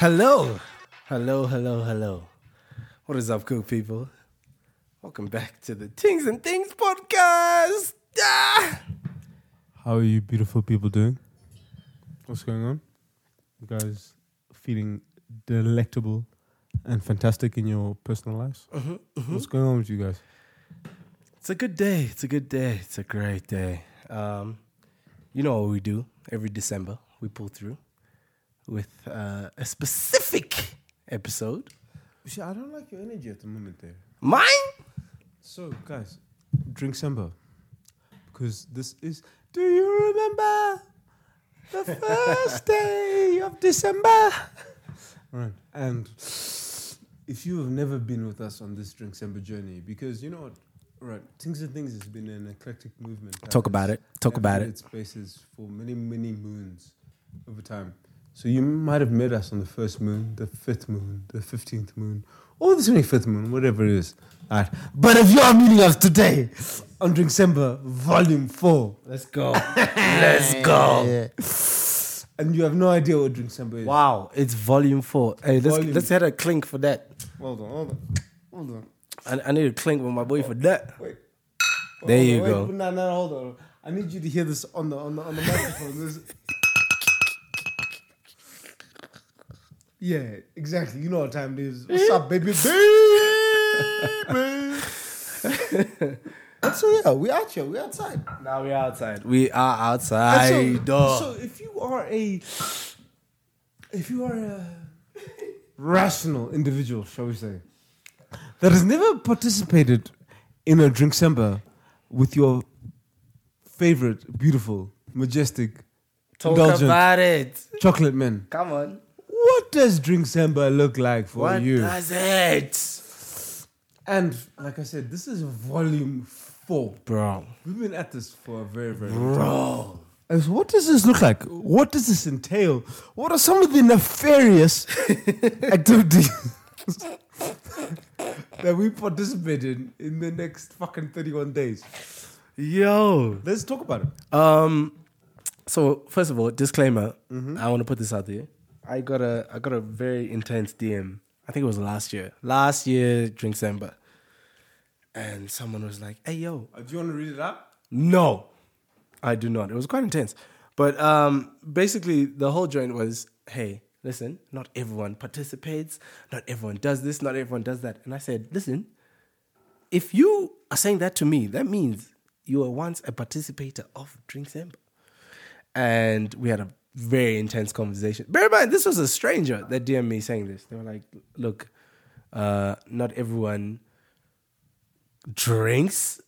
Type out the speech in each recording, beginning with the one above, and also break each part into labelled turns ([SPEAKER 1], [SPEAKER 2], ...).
[SPEAKER 1] Hello. Hello, hello, hello. What is up, cool people? Welcome back to the Things and Things podcast. Ah!
[SPEAKER 2] How are you beautiful people doing? What's going on? You guys feeling delectable and fantastic in your personal lives? What's going on with you guys?
[SPEAKER 1] It's a good day. It's a good day. It's a great day. Um, you know what we do every December? We pull through with uh, a specific episode.
[SPEAKER 2] I don't like your energy at the moment there.
[SPEAKER 1] Mine?
[SPEAKER 2] So guys, drink Semba. Because this is Do you remember the first day of December? Right. And if you have never been with us on this Drink Semba journey, because you know what? Right, Things and Things has been an eclectic movement. that
[SPEAKER 1] Talk about
[SPEAKER 2] has
[SPEAKER 1] it. Talk about it.
[SPEAKER 2] its basis for many, many moons over time. So you might have met us on the first moon, the fifth moon, the fifteenth moon, or the twenty-fifth moon, whatever it is. All right. But if you are meeting us today on December Volume Four,
[SPEAKER 1] Let's go. Let's go.
[SPEAKER 2] and you have no idea what December is.
[SPEAKER 1] Wow, it's volume four. Hey, let's
[SPEAKER 2] Volume.
[SPEAKER 1] let's hit a clink for that.
[SPEAKER 2] Hold on, hold on, hold on.
[SPEAKER 1] I, I need a clink with my boy for that.
[SPEAKER 2] Wait.
[SPEAKER 1] There
[SPEAKER 2] Hold
[SPEAKER 1] you
[SPEAKER 2] on, wait,
[SPEAKER 1] go.
[SPEAKER 2] No, no, hold on. I need you to hear this on the on the on the microphone. This- Yeah, exactly. You know what time it is. What's up, baby? baby? so yeah, we out here. We outside.
[SPEAKER 1] Now we're outside. We are
[SPEAKER 2] And
[SPEAKER 1] outside.
[SPEAKER 2] so,
[SPEAKER 1] dog.
[SPEAKER 2] so if you are a if you are a rational individual, shall we say, that has never participated in a drink samba with your favorite, beautiful, majestic,
[SPEAKER 1] Talk
[SPEAKER 2] indulgent
[SPEAKER 1] about it.
[SPEAKER 2] chocolate man,
[SPEAKER 1] Come on.
[SPEAKER 2] what does drink samba look like for
[SPEAKER 1] What
[SPEAKER 2] you?
[SPEAKER 1] does it?
[SPEAKER 2] and like I said, this is volume four.
[SPEAKER 1] Bro.
[SPEAKER 2] We've been at this for a very, very long
[SPEAKER 1] Bro.
[SPEAKER 2] As what does this look like? What does this entail? What are some of the nefarious activities that we participate in in the next fucking 31 days?
[SPEAKER 1] Yo.
[SPEAKER 2] Let's talk about it.
[SPEAKER 1] Um so first of all, disclaimer. I want to put this out there. Mm-hmm. I got a I got a very intense DM. I think it was last year. Last year, Drink Samba. And someone was like, hey yo,
[SPEAKER 2] Uh, do you want to read it out?
[SPEAKER 1] No, I do not. It was quite intense. But um, basically, the whole joint was hey, listen, not everyone participates, not everyone does this, not everyone does that. And I said, listen, if you are saying that to me, that means you were once a participator of Drink Samba. And we had a very intense conversation. Bear in mind, this was a stranger that DM me saying this. They were like, look, uh, not everyone drinks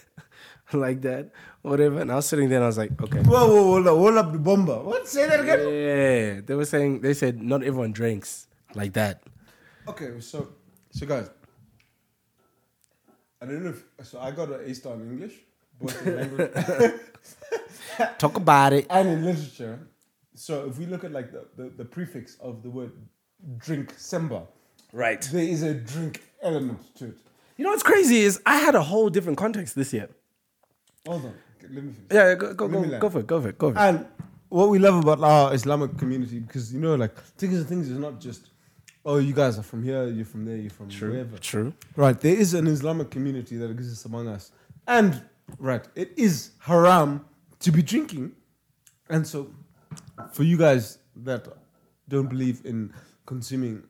[SPEAKER 1] like that, whatever. And I was sitting there and I was like, okay.
[SPEAKER 2] Whoa, whoa, hold up, hold up the bomber. What? Say that again?
[SPEAKER 1] Yeah, they were saying, they said, not everyone drinks like that.
[SPEAKER 2] Okay, so, so guys, I don't know if, so I got an A star in English, both in language
[SPEAKER 1] Talk about it.
[SPEAKER 2] and in literature. So if we look at like the, the, the prefix of the word drink, semba,
[SPEAKER 1] Right.
[SPEAKER 2] there is a drink element to it.
[SPEAKER 1] You know what's crazy is I had a whole different context this year.
[SPEAKER 2] Hold on, let me finish.
[SPEAKER 1] Yeah, go, go,
[SPEAKER 2] Let me
[SPEAKER 1] go,
[SPEAKER 2] land.
[SPEAKER 1] go for it, go for it, go for it.
[SPEAKER 2] And what we love about our Islamic community, because you know, like things and things is not just, oh, you guys are from here, you're from there, you're from wherever.
[SPEAKER 1] True.
[SPEAKER 2] Right, there is an Islamic community that exists among us, and right, it is haram to be drinking, and so for you guys that don't believe in consuming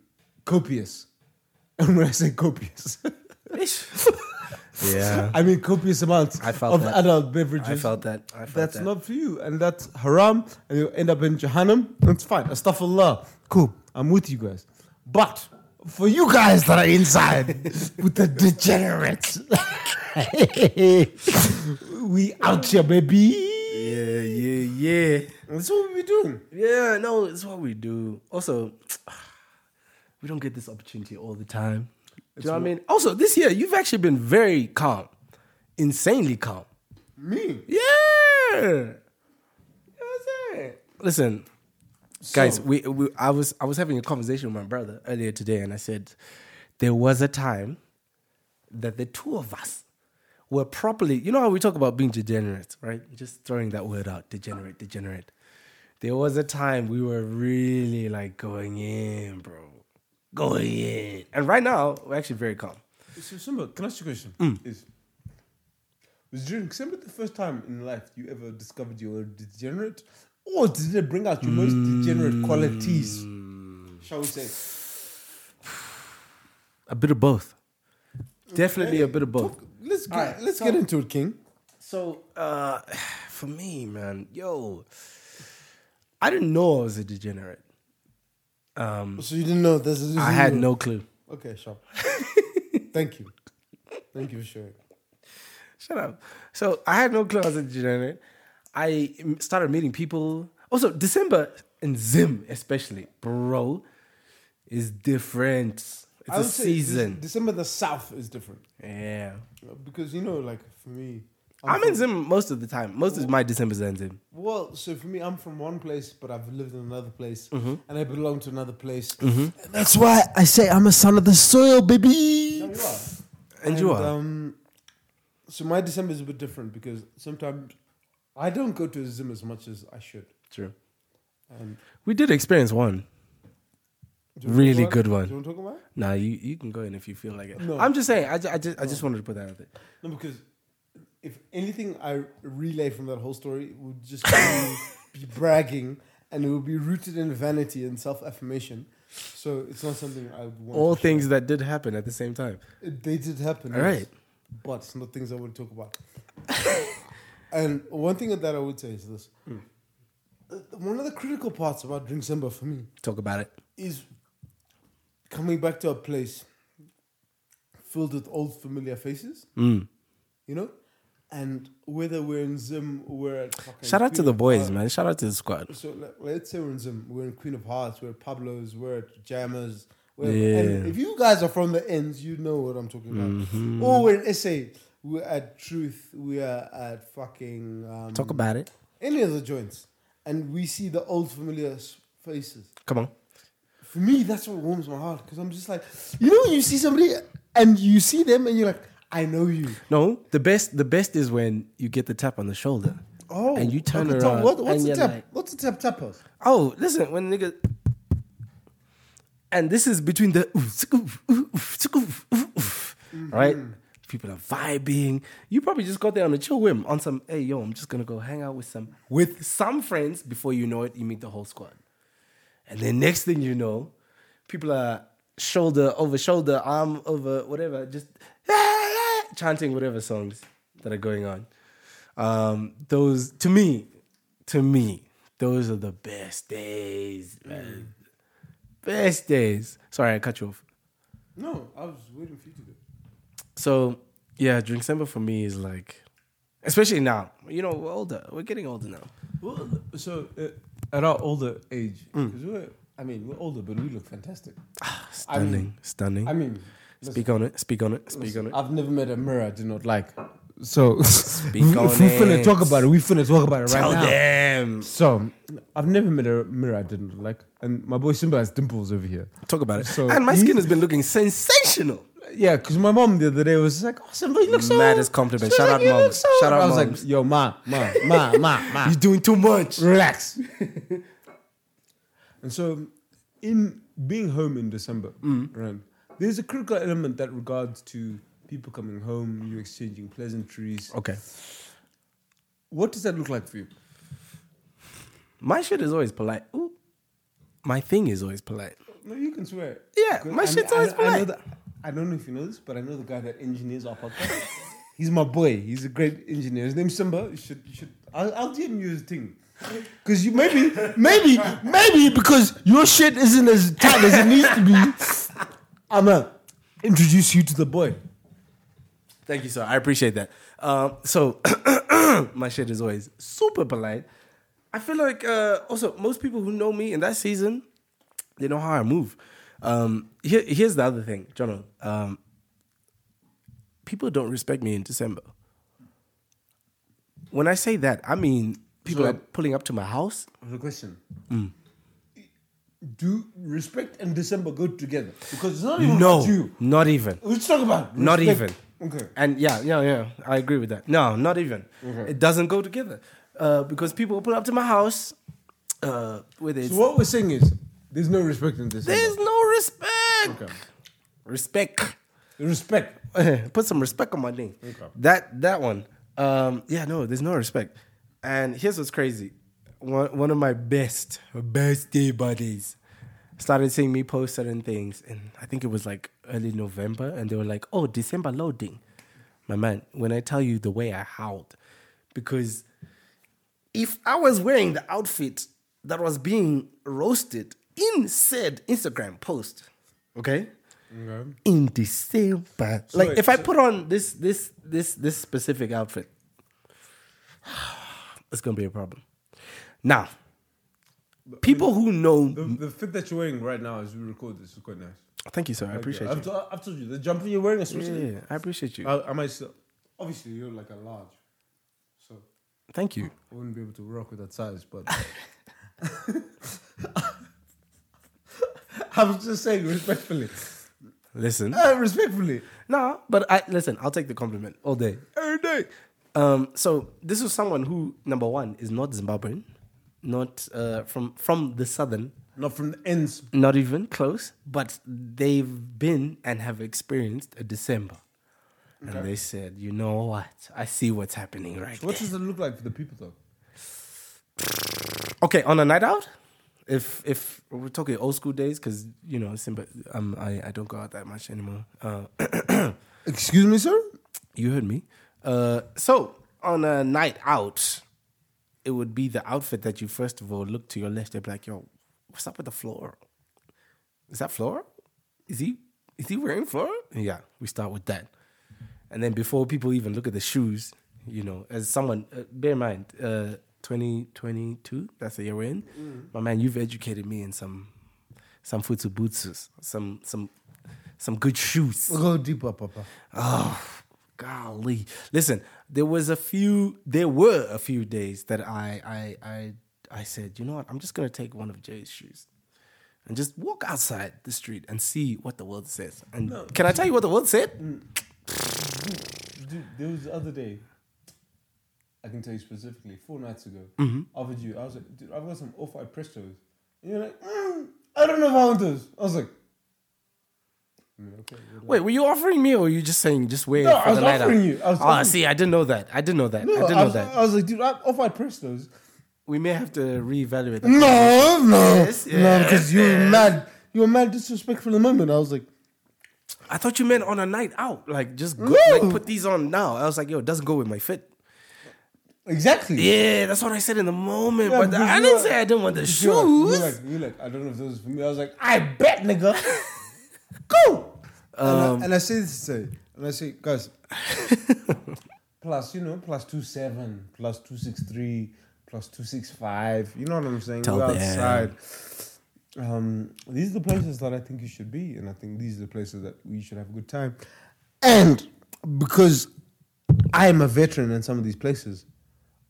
[SPEAKER 2] copious, and when I say copious.
[SPEAKER 1] yeah.
[SPEAKER 2] I mean, copious amounts
[SPEAKER 1] I felt
[SPEAKER 2] of
[SPEAKER 1] that.
[SPEAKER 2] adult beverages.
[SPEAKER 1] I felt that. I felt
[SPEAKER 2] that's
[SPEAKER 1] that.
[SPEAKER 2] not for you, and that's haram, and you end up in Jahannam. That's fine. Astaghfirullah. Cool. I'm with you guys. But for you guys that are inside with the degenerates, we out here, baby.
[SPEAKER 1] Yeah, yeah, yeah.
[SPEAKER 2] That's what we doing.
[SPEAKER 1] Yeah, no, it's what we do. Also, we don't get this opportunity all the time. Do you know what I mean? Also, this year you've actually been very calm, insanely calm.
[SPEAKER 2] Me.
[SPEAKER 1] Yeah. You know what I'm saying? Listen, guys, we, we I was I was having a conversation with my brother earlier today, and I said there was a time that the two of us were properly. You know how we talk about being degenerate, right? Just throwing that word out, degenerate, degenerate. There was a time we were really like going in, bro. Going in. And right now, we're actually very calm.
[SPEAKER 2] So, Simba, can I ask you a question? Is was during Simba the first time in life you ever discovered you were degenerate, or did it bring out your most degenerate qualities? Shall we say?
[SPEAKER 1] A bit of both. Definitely a bit of both.
[SPEAKER 2] Let's get,
[SPEAKER 1] Alright,
[SPEAKER 2] let's
[SPEAKER 1] so-
[SPEAKER 2] get into it, King.
[SPEAKER 1] So, uh, for me, man, yo, I didn't know I was a degenerate. Um,
[SPEAKER 2] Mm. So you didn't know this is.
[SPEAKER 1] I had no clue.
[SPEAKER 2] Okay, sure. Thank you. Thank you for sharing.
[SPEAKER 1] Shut up. So I had no clue I was a degenerate. I m- started meeting people. Also, December in Zim, especially, bro, is different. It's
[SPEAKER 2] I
[SPEAKER 1] a
[SPEAKER 2] would say this-
[SPEAKER 1] season.
[SPEAKER 2] December the South is different
[SPEAKER 1] yeah.
[SPEAKER 2] because you know, like for me,
[SPEAKER 1] I'm
[SPEAKER 2] from-
[SPEAKER 1] in Zim most of the time. Most of my December's are in Zim.
[SPEAKER 2] Well, so for me, I'm from one place, but I've lived in another place,
[SPEAKER 1] Mm-hmm.
[SPEAKER 2] and I belong to another place. And that's why I say I'm a son of the soil, baby.
[SPEAKER 1] No, you are. And you are.
[SPEAKER 2] Um, so my December is a bit different because sometimes I don't go to Zim as much as I should.
[SPEAKER 1] True.
[SPEAKER 2] Um,
[SPEAKER 1] We did experience one.
[SPEAKER 2] do you wanna talk
[SPEAKER 1] Really
[SPEAKER 2] about it?
[SPEAKER 1] good one.
[SPEAKER 2] Do you want to talk about it?
[SPEAKER 1] Nah, you, you can go in if you feel like it.
[SPEAKER 2] No.
[SPEAKER 1] I'm just saying, I, ju- I, just, I just wanted to put that out there.
[SPEAKER 2] No, because if anything I relay from that whole story would just be, be bragging and it would be rooted in vanity and self affirmation. So it's not something I would want.
[SPEAKER 1] All
[SPEAKER 2] to share.
[SPEAKER 1] things that did happen at the same time.
[SPEAKER 2] It- They did happen.
[SPEAKER 1] All
[SPEAKER 2] yes.
[SPEAKER 1] right.
[SPEAKER 2] But it's not things I would talk about. and one thing that I would say is this.
[SPEAKER 1] Hmm.
[SPEAKER 2] Uh, One of the critical parts about Drink Simba for me
[SPEAKER 1] Talk about it.
[SPEAKER 2] is coming back to a place filled with old familiar faces,
[SPEAKER 1] Mm.
[SPEAKER 2] you know? And whether we're in Zim or we're at fucking
[SPEAKER 1] Shout out to
[SPEAKER 2] Queen
[SPEAKER 1] the
[SPEAKER 2] of
[SPEAKER 1] boys,
[SPEAKER 2] Hearts-
[SPEAKER 1] man. Shout out to the squad.
[SPEAKER 2] So like, let's say we're in Zim, we're in Queen of Hearts, we're at Pablo's, we're at Jammers. We're, And
[SPEAKER 1] Yeah. Mm-hmm.
[SPEAKER 2] if you guys are from the ends, you know what I'm talking about. Oh, Or we're in SA, we're at Truth, we're at fucking um,
[SPEAKER 1] Talk about it.
[SPEAKER 2] any of the joints, and we see the old familiar s- faces.
[SPEAKER 1] Come on.
[SPEAKER 2] For me, that's what warms my heart because I'm just like, you know, when you see somebody and you see them and you're like, I know you.
[SPEAKER 1] No, the best the best is when you get the tap on the shoulder.
[SPEAKER 2] Oh,
[SPEAKER 1] And you turn
[SPEAKER 2] okay, tell-
[SPEAKER 1] around
[SPEAKER 2] What, what's
[SPEAKER 1] and
[SPEAKER 2] the
[SPEAKER 1] you're
[SPEAKER 2] tap?
[SPEAKER 1] like-
[SPEAKER 2] what's the tap tapper?
[SPEAKER 1] Oh, listen, when nigga and this is between the oof, oof, oof, oof, oof, right? People are vibing. You probably just got there on a chill whim on some, hey yo, I'm just gonna go hang out with some with some friends before you know it, you meet the whole squad. And then next thing you know, people are shoulder over shoulder, arm over whatever, just chanting whatever songs that are going on. Um, those to me, to me, those are the best days, man.
[SPEAKER 2] Mm.
[SPEAKER 1] Best days. Sorry, I cut you off.
[SPEAKER 2] No, I was waiting for you to do.
[SPEAKER 1] So yeah, drink December for me is like, especially now. You know, we're older. We're getting older now.
[SPEAKER 2] Well, so uh, at our older age, 'cause we're, I mean, we're older, but we look fantastic.
[SPEAKER 1] Stunning, stunning.
[SPEAKER 2] I mean, listen,
[SPEAKER 1] speak on it. Speak on it. Speak on it.
[SPEAKER 2] I've never met a mirror I do not like. So speak
[SPEAKER 1] on
[SPEAKER 2] if we finna
[SPEAKER 1] it.
[SPEAKER 2] talk about it, we finna talk about it right
[SPEAKER 1] Tell
[SPEAKER 2] now.
[SPEAKER 1] them.
[SPEAKER 2] So I've never met a mirror I didn't like, and my boy Simba has dimples over here.
[SPEAKER 1] Talk about it.
[SPEAKER 2] So-
[SPEAKER 1] and my skin has been looking sensational.
[SPEAKER 2] Yeah, because my mom the other day was like, "Oh, Simba, you look so."
[SPEAKER 1] Maddest compliment.
[SPEAKER 2] She was
[SPEAKER 1] Shout out
[SPEAKER 2] "You look
[SPEAKER 1] moms. Shout out
[SPEAKER 2] I was
[SPEAKER 1] moms.
[SPEAKER 2] like, "Yo, ma, ma, ma, ma, ma."
[SPEAKER 1] You're doing too much.
[SPEAKER 2] relax. and so, in being home in December, right, there's a critical element that regards to people coming home, you exchanging pleasantries.
[SPEAKER 1] Okay.
[SPEAKER 2] What does that look like for you?
[SPEAKER 1] My shit is always polite. Ooh. My thing is always polite.
[SPEAKER 2] No, you can swear.
[SPEAKER 1] Yeah,
[SPEAKER 2] Because
[SPEAKER 1] my
[SPEAKER 2] I,
[SPEAKER 1] shit's
[SPEAKER 2] I-
[SPEAKER 1] always
[SPEAKER 2] I, know
[SPEAKER 1] polite.
[SPEAKER 2] that, I don't know if you know this, but I know the guy that engineers our podcast. He's my boy. He's a great engineer. His name's Simba. You should, you should. I'll, I'll DM you his thing. Because you maybe, maybe, maybe because your shit isn't as tight as it needs to be. I'ma introduce you to the boy.
[SPEAKER 1] Thank you, sir. I appreciate that. Um, so my shit is always super polite. I feel like uh, also most people who know me in that season, they know how I move. Um, here, here's the other thing, Jono. Um, people don't respect me in December. When I say that, I mean people
[SPEAKER 2] So-
[SPEAKER 1] are pulling up to my house.
[SPEAKER 2] The question.
[SPEAKER 1] Hmm.
[SPEAKER 2] Do respect and December go together? Because it's not even about
[SPEAKER 1] No,
[SPEAKER 2] you.
[SPEAKER 1] not even.
[SPEAKER 2] Let's talk about respect.
[SPEAKER 1] Not even.
[SPEAKER 2] Okay.
[SPEAKER 1] And yeah, yeah, yeah. I agree with that. No, not even. It doesn't go together. Uh, because people pull up to my house uh, whether it's
[SPEAKER 2] So what we're saying is there's no respect in this.
[SPEAKER 1] there's no respect.
[SPEAKER 2] Okay.
[SPEAKER 1] Respect.
[SPEAKER 2] respect.
[SPEAKER 1] Put some respect on my name.
[SPEAKER 2] Okay.
[SPEAKER 1] That that one. Um, yeah, no, there's no respect. And here's what's crazy. One one of my best best day buddies started seeing me post certain things, and I think it was like early November, and they were like, "Oh, December loading." My man, when I tell you the way I howled, because if I was wearing the outfit that was being roasted in said Instagram post, okay,
[SPEAKER 2] Okay.
[SPEAKER 1] in December. like
[SPEAKER 2] wait,
[SPEAKER 1] if I put on this this this this specific outfit, it's gonna be a problem. Now, people who
[SPEAKER 2] The,
[SPEAKER 1] know,
[SPEAKER 2] the fit that you're wearing right now as we record this is quite nice.
[SPEAKER 1] thank you, sir. I appreciate
[SPEAKER 2] I've,
[SPEAKER 1] you.
[SPEAKER 2] to- I've told you the jumper you're wearing,
[SPEAKER 1] Yeah,
[SPEAKER 2] especially.
[SPEAKER 1] yeah, yeah, I appreciate you.
[SPEAKER 2] I, I might still, obviously you're like a large, so
[SPEAKER 1] Thank you.
[SPEAKER 2] I wouldn't be able to rock with that size. But I was just saying respectfully,
[SPEAKER 1] Listen,
[SPEAKER 2] uh, respectfully. Oh,
[SPEAKER 1] no, but I listen. I'll take the compliment all day.
[SPEAKER 2] Every day.
[SPEAKER 1] Um, so this is someone who number one is not Zimbabwean, not uh, from from the southern
[SPEAKER 2] Not from the ends.
[SPEAKER 1] not even close, but they've been and have experienced a December. And they said, you know what? I see what's happening right
[SPEAKER 2] What
[SPEAKER 1] there."
[SPEAKER 2] does it look like for the people though?
[SPEAKER 1] Okay, on a night out, if if we're talking old school days, because you know, Simba, um, I I don't go out that much anymore. Uh,
[SPEAKER 2] Excuse me, sir.
[SPEAKER 1] you heard me. Uh, so on a night out, it would be the outfit that you first of all look to your left and be like, yo, what's up with the floor? Is that floor? Is he is he wearing floor? Yeah, we start with that, and then before people even look at the shoes, you know, as someone, uh, bear in mind, uh, twenty twenty two. That's the year we're in. My man, you've educated me in some some futsubutsus, some some some good shoes.
[SPEAKER 2] We'll go deeper, Papa.
[SPEAKER 1] Oh, golly. Listen, there was a few there were a few days that I I I I said, you know what, I'm just gonna take one of Jay's shoes and just walk outside the street and see what the world says. And can I tell you what the world said?
[SPEAKER 2] Dude, there was the other day. I can tell you specifically, four nights ago,
[SPEAKER 1] Mm-hmm.
[SPEAKER 2] I offered you. I was like, dude, I've got some off-white prestos, and you're like, mm, I don't know if I want those. I was like, I mean, okay. well,
[SPEAKER 1] Wait, were you offering me or were you just saying just wear
[SPEAKER 2] No,
[SPEAKER 1] it for
[SPEAKER 2] I was
[SPEAKER 1] the night
[SPEAKER 2] offering
[SPEAKER 1] out?
[SPEAKER 2] you. I was
[SPEAKER 1] oh,
[SPEAKER 2] offering-
[SPEAKER 1] see, I didn't know that. I didn't know that. I
[SPEAKER 2] No,
[SPEAKER 1] didn't know
[SPEAKER 2] was,
[SPEAKER 1] that.
[SPEAKER 2] I was like, dude, I, if I press those.
[SPEAKER 1] we may have to reevaluate that.
[SPEAKER 2] No, no,
[SPEAKER 1] Yes,
[SPEAKER 2] no, because you were mad. You were mad disrespectful the moment. I was like,
[SPEAKER 1] I thought you meant on a night out. Like just go,
[SPEAKER 2] No.
[SPEAKER 1] like put these on now. I was like, yo, it doesn't go with my fit.
[SPEAKER 2] exactly.
[SPEAKER 1] Yeah, that's what I said in the moment.
[SPEAKER 2] Yeah,
[SPEAKER 1] but
[SPEAKER 2] because
[SPEAKER 1] I
[SPEAKER 2] you
[SPEAKER 1] didn't
[SPEAKER 2] are-
[SPEAKER 1] say I didn't want the
[SPEAKER 2] You're like-
[SPEAKER 1] shoes.
[SPEAKER 2] You're like, you're like, I don't know if those are for me. I was like, I bet, nigga. Go.
[SPEAKER 1] Um,
[SPEAKER 2] and, I, and I say this to say, and I say, guys, plus, you know, plus 27, plus 263, plus 265. You know what I'm saying?
[SPEAKER 1] Tell
[SPEAKER 2] We're
[SPEAKER 1] them.
[SPEAKER 2] outside. Um, these are the places that I think you should be. And I think these are the places that we should have a good time. And because I am a veteran in some of these places,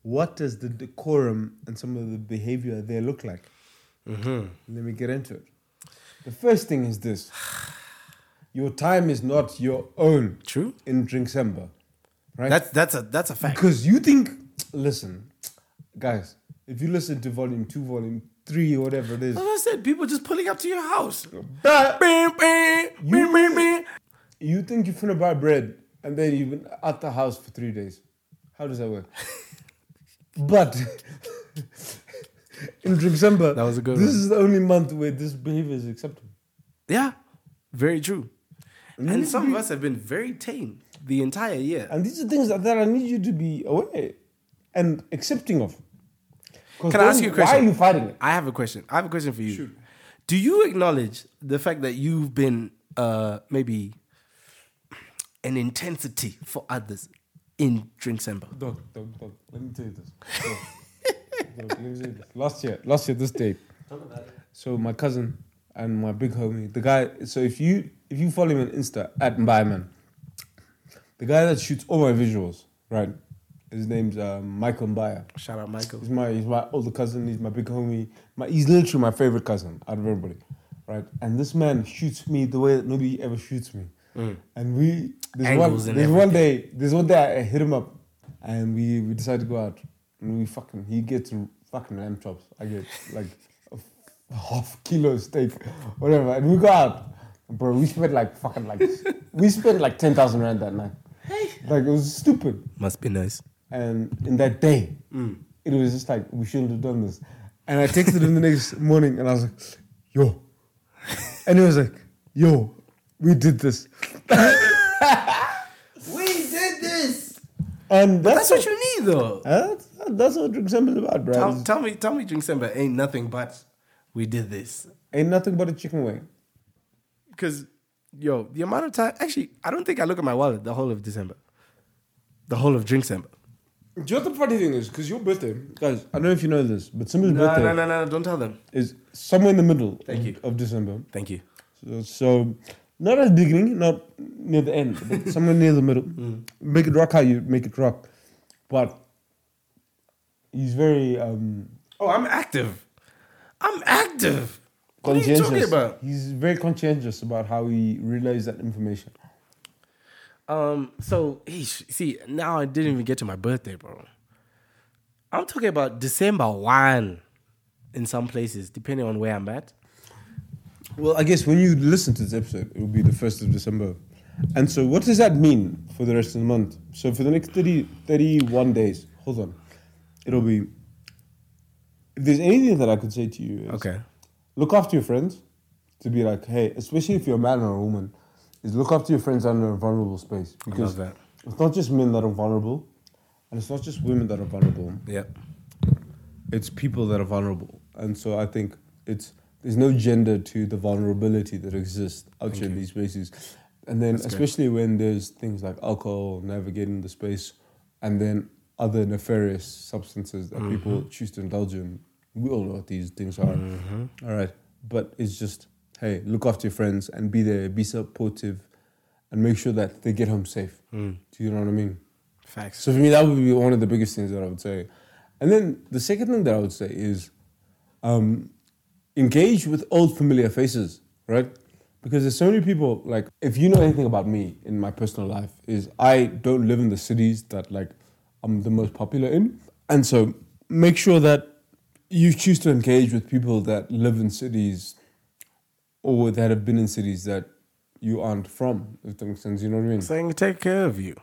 [SPEAKER 2] what does the decorum and some of the behavior there look like?
[SPEAKER 1] Mm-hmm.
[SPEAKER 2] Let me get into it. The first thing is this your time is not your own
[SPEAKER 1] True.
[SPEAKER 2] in Drinksember, right?
[SPEAKER 1] That's that's a that's a fact.
[SPEAKER 2] because you think, listen, guys, if you listen to volume two, volume three, whatever it is,
[SPEAKER 1] As I said, people just pulling up to your house.
[SPEAKER 2] bruh,
[SPEAKER 1] Bing, bing, bing, bing, bing.
[SPEAKER 2] you think you're finna buy bread and then you've been at the house for three days. How does that work? but in Drinksember,
[SPEAKER 1] That was a good
[SPEAKER 2] this
[SPEAKER 1] one.
[SPEAKER 2] is the only month where this behavior is acceptable.
[SPEAKER 1] Yeah, very true. And some of us have been very tame the entire year.
[SPEAKER 2] And these are things that, that I need you to be aware and accepting of. 'Cause
[SPEAKER 1] Can I
[SPEAKER 2] then
[SPEAKER 1] ask you a
[SPEAKER 2] Why
[SPEAKER 1] question?
[SPEAKER 2] are you fighting it?
[SPEAKER 1] I have a question. I have a question for you. Do you acknowledge the fact that you've been uh, maybe an intensity for others in Drinksember?
[SPEAKER 2] Dog, dog, dog. Let me tell you this. Dog. Dog, let me tell you this. Last year, last year, this day. So my cousin and my big homie, the guy. So if you if you follow him on Insta at Mbyman, the guy that shoots all my visuals, right? His name's um, Michael Mbaya.
[SPEAKER 1] Shout out, Michael.
[SPEAKER 2] He's my he's my older cousin. He's my big homie. My, he's literally my favorite cousin out of everybody, right? And this man shoots me the way that nobody ever shoots me. And we there's
[SPEAKER 1] Mm. Angles
[SPEAKER 2] one
[SPEAKER 1] and
[SPEAKER 2] there's one day there's one day I hit him up, and we we decided to go out and we fucking he gets fucking lamb chops. I get like a f- half kilo steak, whatever. And we go out, bro. We spent like fucking like we spent like ten thousand rand that night. Like it was stupid.
[SPEAKER 1] Must be nice.
[SPEAKER 2] And in that day, it was just like, we shouldn't have done this. And I texted him the next morning and I was like, yo. And he was like, yo, we did this.
[SPEAKER 1] We did this.
[SPEAKER 2] And that's, uh,
[SPEAKER 1] That's what you need, though.
[SPEAKER 2] That's, that's what Drink Samba's about, bro.
[SPEAKER 1] Tell, Um, tell me, tell me, drink samba ain't nothing but we did this.
[SPEAKER 2] Ain't nothing but a chicken wing.
[SPEAKER 1] Because yo, the amount of time. Actually, I don't think I look at my wallet the whole of December, the whole of drink samba.
[SPEAKER 2] Do you know what the funny thing is? Because your birthday, guys, I don't know if you know this, but Simba's
[SPEAKER 1] No,
[SPEAKER 2] birthday
[SPEAKER 1] no, no, no, no, don't tell them.
[SPEAKER 2] is somewhere in the middle
[SPEAKER 1] Thank
[SPEAKER 2] of,
[SPEAKER 1] you.
[SPEAKER 2] of December.
[SPEAKER 1] Thank you.
[SPEAKER 2] So, so not at the beginning, not near the end, but somewhere near the middle.
[SPEAKER 1] Mm.
[SPEAKER 2] Make it rock how you make it rock. But he's very um,
[SPEAKER 1] Oh, I'm active. I'm active. What are you
[SPEAKER 2] conscientious.
[SPEAKER 1] talking about?
[SPEAKER 2] He's very conscientious about how he relays that information.
[SPEAKER 1] Um, so eesh, see, now I didn't even get to my birthday, bro. I'm talking about December one in some places, depending on where I'm at.
[SPEAKER 2] Well, I guess when you listen to this episode, it will be the 1st of December. And so, what does that mean for the rest of the month? So, for the next 30, 31 days, hold on. It'll be. If there's anything that I could say to you, is,
[SPEAKER 1] Okay.
[SPEAKER 2] look after your friends to be like, hey, especially if you're a man or a woman, is look after your friends under a vulnerable space. Because
[SPEAKER 1] that.
[SPEAKER 2] it's not just men that are vulnerable, and it's not just women that are vulnerable.
[SPEAKER 1] Yep.
[SPEAKER 2] It's people that are vulnerable. And so I think it's there's no gender to the vulnerability that exists out here in these spaces. And then
[SPEAKER 1] good.
[SPEAKER 2] especially when there's things like alcohol, navigating the space, and then other nefarious substances that people choose to indulge in. We all know what these things are. All right. But it's just, hey, look after your friends and be there, be supportive, and make sure that they get home safe. Do you know what I mean?
[SPEAKER 1] Facts.
[SPEAKER 2] So for me, that would be one of the biggest things that I would say. And then the second thing that I would say is um, engage with old familiar faces, right? Because there's so many people, like, if you know anything about me in my personal life, is I don't live in the cities that, like, I'm the most popular in. And so make sure that you choose to engage with people that live in cities or that have been in cities that you aren't from, if that makes sense. You know what I mean?
[SPEAKER 1] Saying take care of you.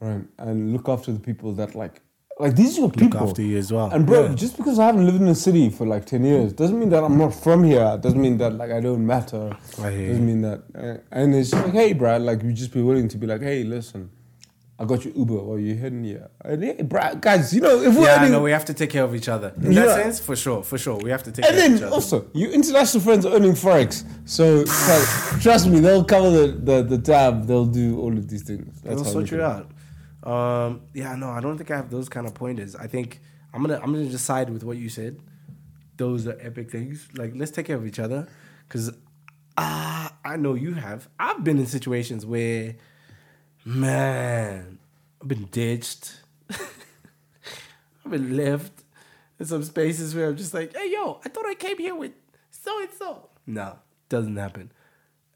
[SPEAKER 2] Right. And look after the people that like like these are your people.
[SPEAKER 1] after you as well.
[SPEAKER 2] And bro,
[SPEAKER 1] Yeah.
[SPEAKER 2] just because I haven't lived in the city for like ten years doesn't mean that I'm not from here. Doesn't mean that like I don't matter.
[SPEAKER 1] I hear
[SPEAKER 2] doesn't mean that. uh, and it's just like, hey, bro, like you just be willing to be like, hey, listen, I got your Uber while you're heading here. And hey, bro, guys, you know if we're
[SPEAKER 1] Yeah,
[SPEAKER 2] earning-
[SPEAKER 1] no, we have to take care of each other. In
[SPEAKER 2] Yeah.
[SPEAKER 1] that sense, for sure, for sure, we have to take
[SPEAKER 2] and
[SPEAKER 1] care of each
[SPEAKER 2] then
[SPEAKER 1] other.
[SPEAKER 2] also, your international friends are earning forex, so like, trust me, they'll cover the, the, the tab. They'll do all of these things.
[SPEAKER 1] That's
[SPEAKER 2] how I
[SPEAKER 1] will sort
[SPEAKER 2] look at
[SPEAKER 1] you
[SPEAKER 2] it.
[SPEAKER 1] out. Um, yeah, no, I don't think I have those kind of pointers. I think I'm gonna I'm gonna just side with what you said. Those are epic things. Like, let's take care of each other, because ah, I know you have. I've been in situations where, man, I've been ditched. I've been left in some spaces where I'm just like, hey, yo, I thought I came here with so and so. No, doesn't happen.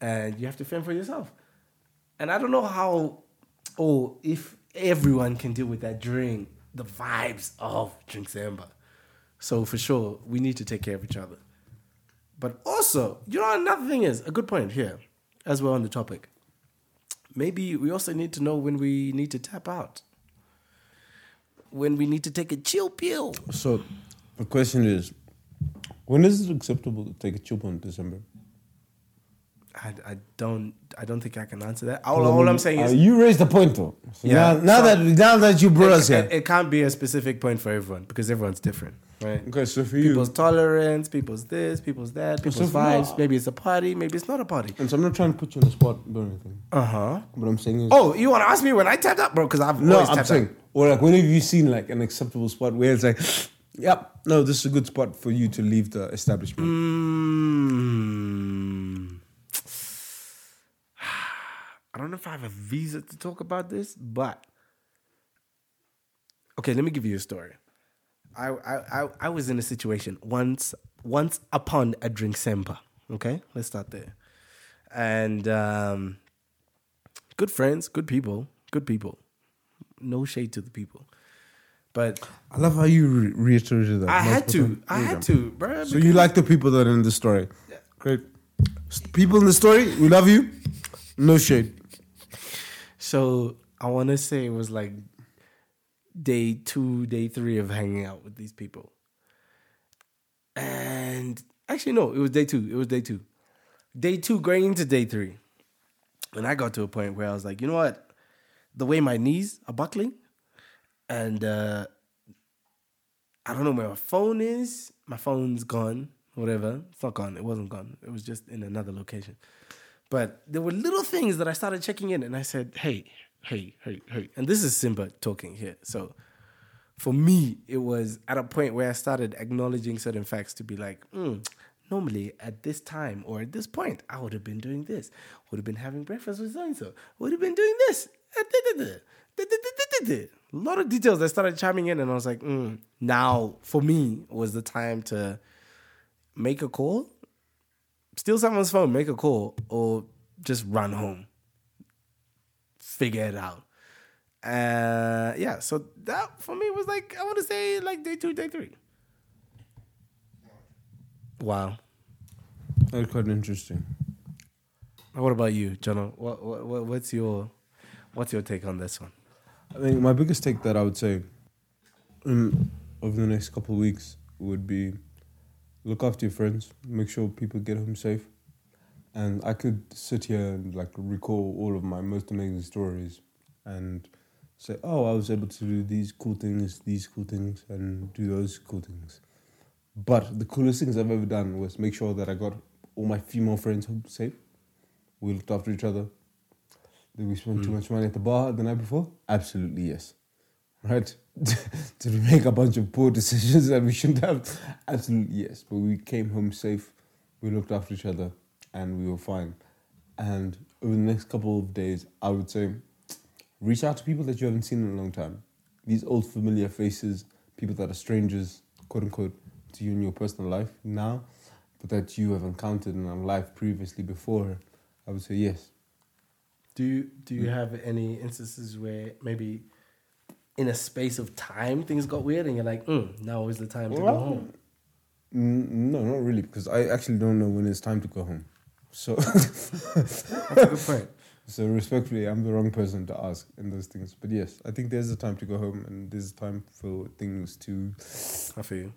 [SPEAKER 1] And you have to fend for yourself. And I don't know how or if everyone can deal with that during the vibes of Drink Samba. So for sure, we need to take care of each other. But also, you know, another thing is a good point here as well on the topic. Maybe we also need to know when we need to tap out, when we need to take a chill pill.
[SPEAKER 2] So, the question is, when is it acceptable to take a chupa in December?
[SPEAKER 1] I, I don't I don't think I can answer that. All, all I'm saying
[SPEAKER 2] Uh,
[SPEAKER 1] is
[SPEAKER 2] you raised the point though. So
[SPEAKER 1] Yeah.
[SPEAKER 2] Now, now that now that you brought us
[SPEAKER 1] it,
[SPEAKER 2] here.
[SPEAKER 1] it, it can't be a specific point for everyone because everyone's different, right?
[SPEAKER 2] okay, so for
[SPEAKER 1] people's tolerance, people's this, people's that, people's
[SPEAKER 2] for
[SPEAKER 1] vibes.
[SPEAKER 2] now-
[SPEAKER 1] Maybe it's a party, maybe it's not a party.
[SPEAKER 2] and so I'm not trying to put you on the spot or anything.
[SPEAKER 1] Uh huh.
[SPEAKER 2] But I'm saying is,
[SPEAKER 1] Oh, you want to ask me when I tapped up, bro? Because I've
[SPEAKER 2] Uh-huh. no,
[SPEAKER 1] always
[SPEAKER 2] I'm
[SPEAKER 1] tapped
[SPEAKER 2] saying,
[SPEAKER 1] up.
[SPEAKER 2] or like, when have you seen like an acceptable spot where it's like, yep, no, this is a good spot for you to leave the establishment.
[SPEAKER 1] Mm. I don't know if I have a visa to talk about this, but okay, let me give you a story. I I I, I was in a situation once once upon a drink semper. Okay, let's start there. And um, good friends, good people, good people. No shade to the people. But
[SPEAKER 2] I love how you re- reiterated that.
[SPEAKER 1] I had
[SPEAKER 2] multiple
[SPEAKER 1] to.
[SPEAKER 2] times.
[SPEAKER 1] I
[SPEAKER 2] There you
[SPEAKER 1] had
[SPEAKER 2] go.
[SPEAKER 1] to, bro.
[SPEAKER 2] So you like the people that are in the story? Great. S- People in the story, we love you. No shade.
[SPEAKER 1] So I want to say it was like day two, day three of hanging out with these people. And actually, no, it was day two. It was day two. Day two going into day three. And I got to a point where I was like, you know what? The way my knees are buckling, and uh, I don't know where my phone is. My phone's gone, whatever. It's not gone. It wasn't gone. It was just in another location. But there were little things that I started checking in and I said, hey, hey, hey, hey. And this is Simba talking here. So for me, it was at a point where I started acknowledging certain facts to be like, mm, normally at this time or at this point, I would have been doing this, would have been having breakfast with so and so, would have been doing this. A lot of details that started chiming in, and I was like, mm, now for me was the time to make a call steal someone's phone, make a call, or just run home. Figure it out. Uh, yeah, so that for me was like I want to say like day two, day three. Wow.
[SPEAKER 2] That's quite interesting.
[SPEAKER 1] What about you, Jono? What, what what- what's your what's your take on this one?
[SPEAKER 2] I think my biggest take that I would say in, over the next couple of weeks would be look after your friends, make sure people get home safe. And I could sit here and like recall all of my most amazing stories and say, oh, I was able to do these cool things, these cool things, and do those cool things. But the coolest things I've ever done was make sure that I got all my female friends home safe. We looked after each other. Did we spend too much money at the bar the night before? Hmm. Absolutely yes. Right? Did we make a bunch of poor decisions that we shouldn't have? Absolutely yes. But we came home safe. We looked after each other, and we were fine. And over the next couple of days, I would say, reach out to people that you haven't seen in a long time. These old familiar faces, people that are strangers, quote unquote, to you in your personal life now, but that you have encountered in a life previously before. I would say yes.
[SPEAKER 1] Do you do you have any instances where maybe in a space of time things got weird and you're like, mm, now is the time to go home?
[SPEAKER 2] Mm, No, not really, because I actually don't know when it's time to go home. So,
[SPEAKER 1] That's a good point.
[SPEAKER 2] so respectfully, I'm the wrong person to ask in those things. But yes, I think there's a time to go home, and there's a time for things to,
[SPEAKER 1] I feel you.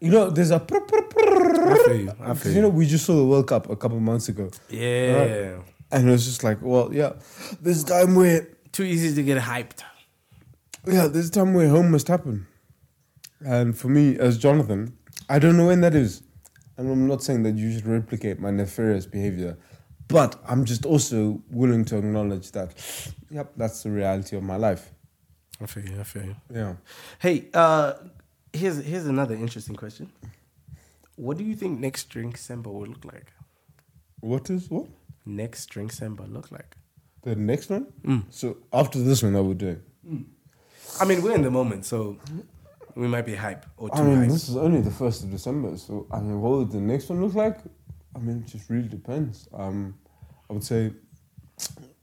[SPEAKER 2] you know, there's a. prr, prr, prr.
[SPEAKER 1] I feel you. I
[SPEAKER 2] Because,
[SPEAKER 1] feel
[SPEAKER 2] you know,
[SPEAKER 1] you.
[SPEAKER 2] we just saw the World Cup a couple months ago,
[SPEAKER 1] Yeah.
[SPEAKER 2] and it was just like, well, yeah, there's a time where,
[SPEAKER 1] Too easy to get hyped.
[SPEAKER 2] yeah, there's a time where home must happen. And for me, as Jonathan, I don't know when that is. And I'm not saying that you should replicate my nefarious behavior, but I'm just also willing to acknowledge that, yep, that's the reality of my life.
[SPEAKER 1] I feel you. I feel you.
[SPEAKER 2] Yeah.
[SPEAKER 1] Hey, uh, here's here's another interesting question. What do you think next drink Semba will look like?
[SPEAKER 2] What is what?
[SPEAKER 1] Next drink Semba look like?
[SPEAKER 2] The next one? So after this one that we're doing.
[SPEAKER 1] I mean, we're in the moment, so we might be hype or too
[SPEAKER 2] I mean,
[SPEAKER 1] hype.
[SPEAKER 2] this is only the first of December, so I mean, what would the next one look like? I mean, it just really depends. Um, I would say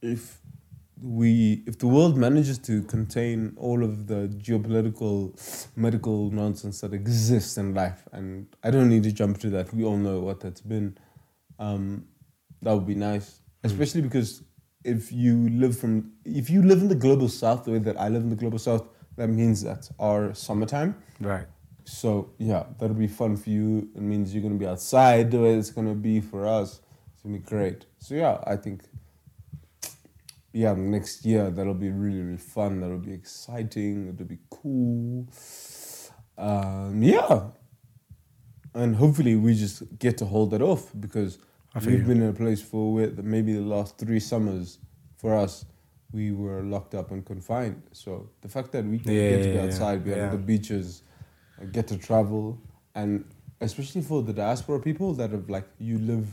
[SPEAKER 2] if we, if the world manages to contain all of the geopolitical, medical nonsense that exists in life, and I don't need to jump to that. We all know what that's been. Um, that would be nice, especially because if you live from, if you live in the global south the way that I live in the global south, that means that our summertime.
[SPEAKER 1] Right.
[SPEAKER 2] So yeah, that'll be fun for you. It means you're gonna be outside the way it's gonna be for us. It's gonna be great. So yeah, I think yeah, next year that'll be really, really fun. That'll be exciting, it'll be cool. Um yeah. And hopefully we just get to hold that off because
[SPEAKER 1] I feel
[SPEAKER 2] we've
[SPEAKER 1] you.
[SPEAKER 2] been in a place for where the- maybe the last three summers for us we were locked up and confined. So the fact that we can get to
[SPEAKER 1] Yeah,
[SPEAKER 2] be
[SPEAKER 1] yeah, yeah.
[SPEAKER 2] outside, be
[SPEAKER 1] Yeah.
[SPEAKER 2] on the beaches, uh, get to travel, and especially for the diaspora people that have like you live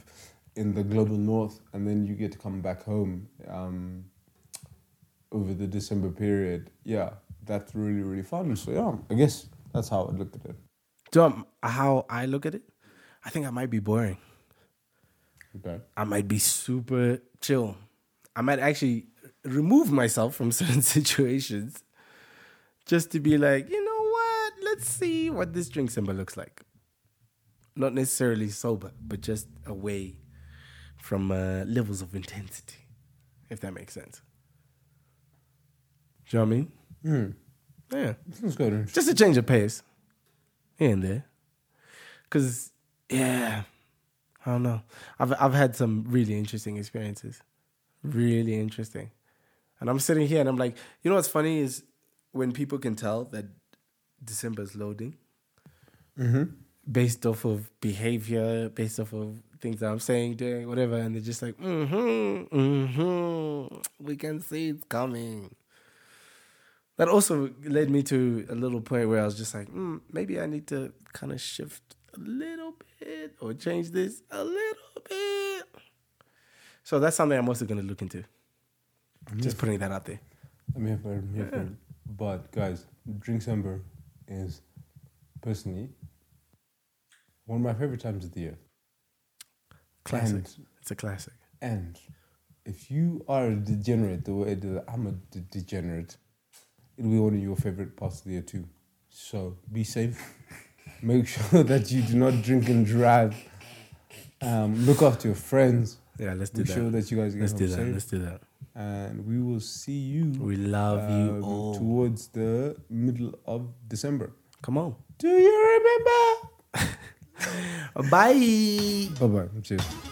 [SPEAKER 2] in the global north and then you get to come back home um, over the December period. Yeah, that's really really fun. So yeah, I guess that's how I look at it.
[SPEAKER 1] Do you know um, how I look at it? I think I might be boring.
[SPEAKER 2] Okay.
[SPEAKER 1] I might be super chill. I might actually remove myself from certain situations just to be like, you know let's see what this drink symbol looks like. Not necessarily sober, but just away from uh, levels of intensity, if that makes sense. Do you know what I mean? Yeah.
[SPEAKER 2] Let's go then.
[SPEAKER 1] Just a change of pace here and there. Because, yeah, I don't know. I've, I've had some really interesting experiences. Really interesting. And I'm sitting here and I'm like, you know what's funny is when people can tell that December is loading based off of behavior, based off of things that I'm saying, doing, whatever. And they're just like, mm hmm, mm hmm, we can see it's coming. That also led me to a little point where I was just like, mm, maybe I need to kind of shift a little bit or change this a little bit. So that's something I'm also going to look into. Just putting that out there.
[SPEAKER 2] I'm here for it. I'm here for it. But guys, drink December is personally one of my favorite times of the year.
[SPEAKER 1] Classic.
[SPEAKER 2] And
[SPEAKER 1] It's a classic.
[SPEAKER 2] And if you are a degenerate the way that I'm a de- degenerate, it'll be one of your favorite parts of the year too. So be safe. Make sure that you do not drink and drive. Um, look after your friends.
[SPEAKER 1] Yeah, let's do
[SPEAKER 2] Make
[SPEAKER 1] that.
[SPEAKER 2] sure that you guys get
[SPEAKER 1] Let's do
[SPEAKER 2] home
[SPEAKER 1] that.
[SPEAKER 2] safe.
[SPEAKER 1] Let's do that.
[SPEAKER 2] And we will see you,
[SPEAKER 1] We love
[SPEAKER 2] um,
[SPEAKER 1] you all.
[SPEAKER 2] towards the middle of December.
[SPEAKER 1] Come on.
[SPEAKER 2] Do you remember?
[SPEAKER 1] Bye.
[SPEAKER 2] Bye bye. Cheers.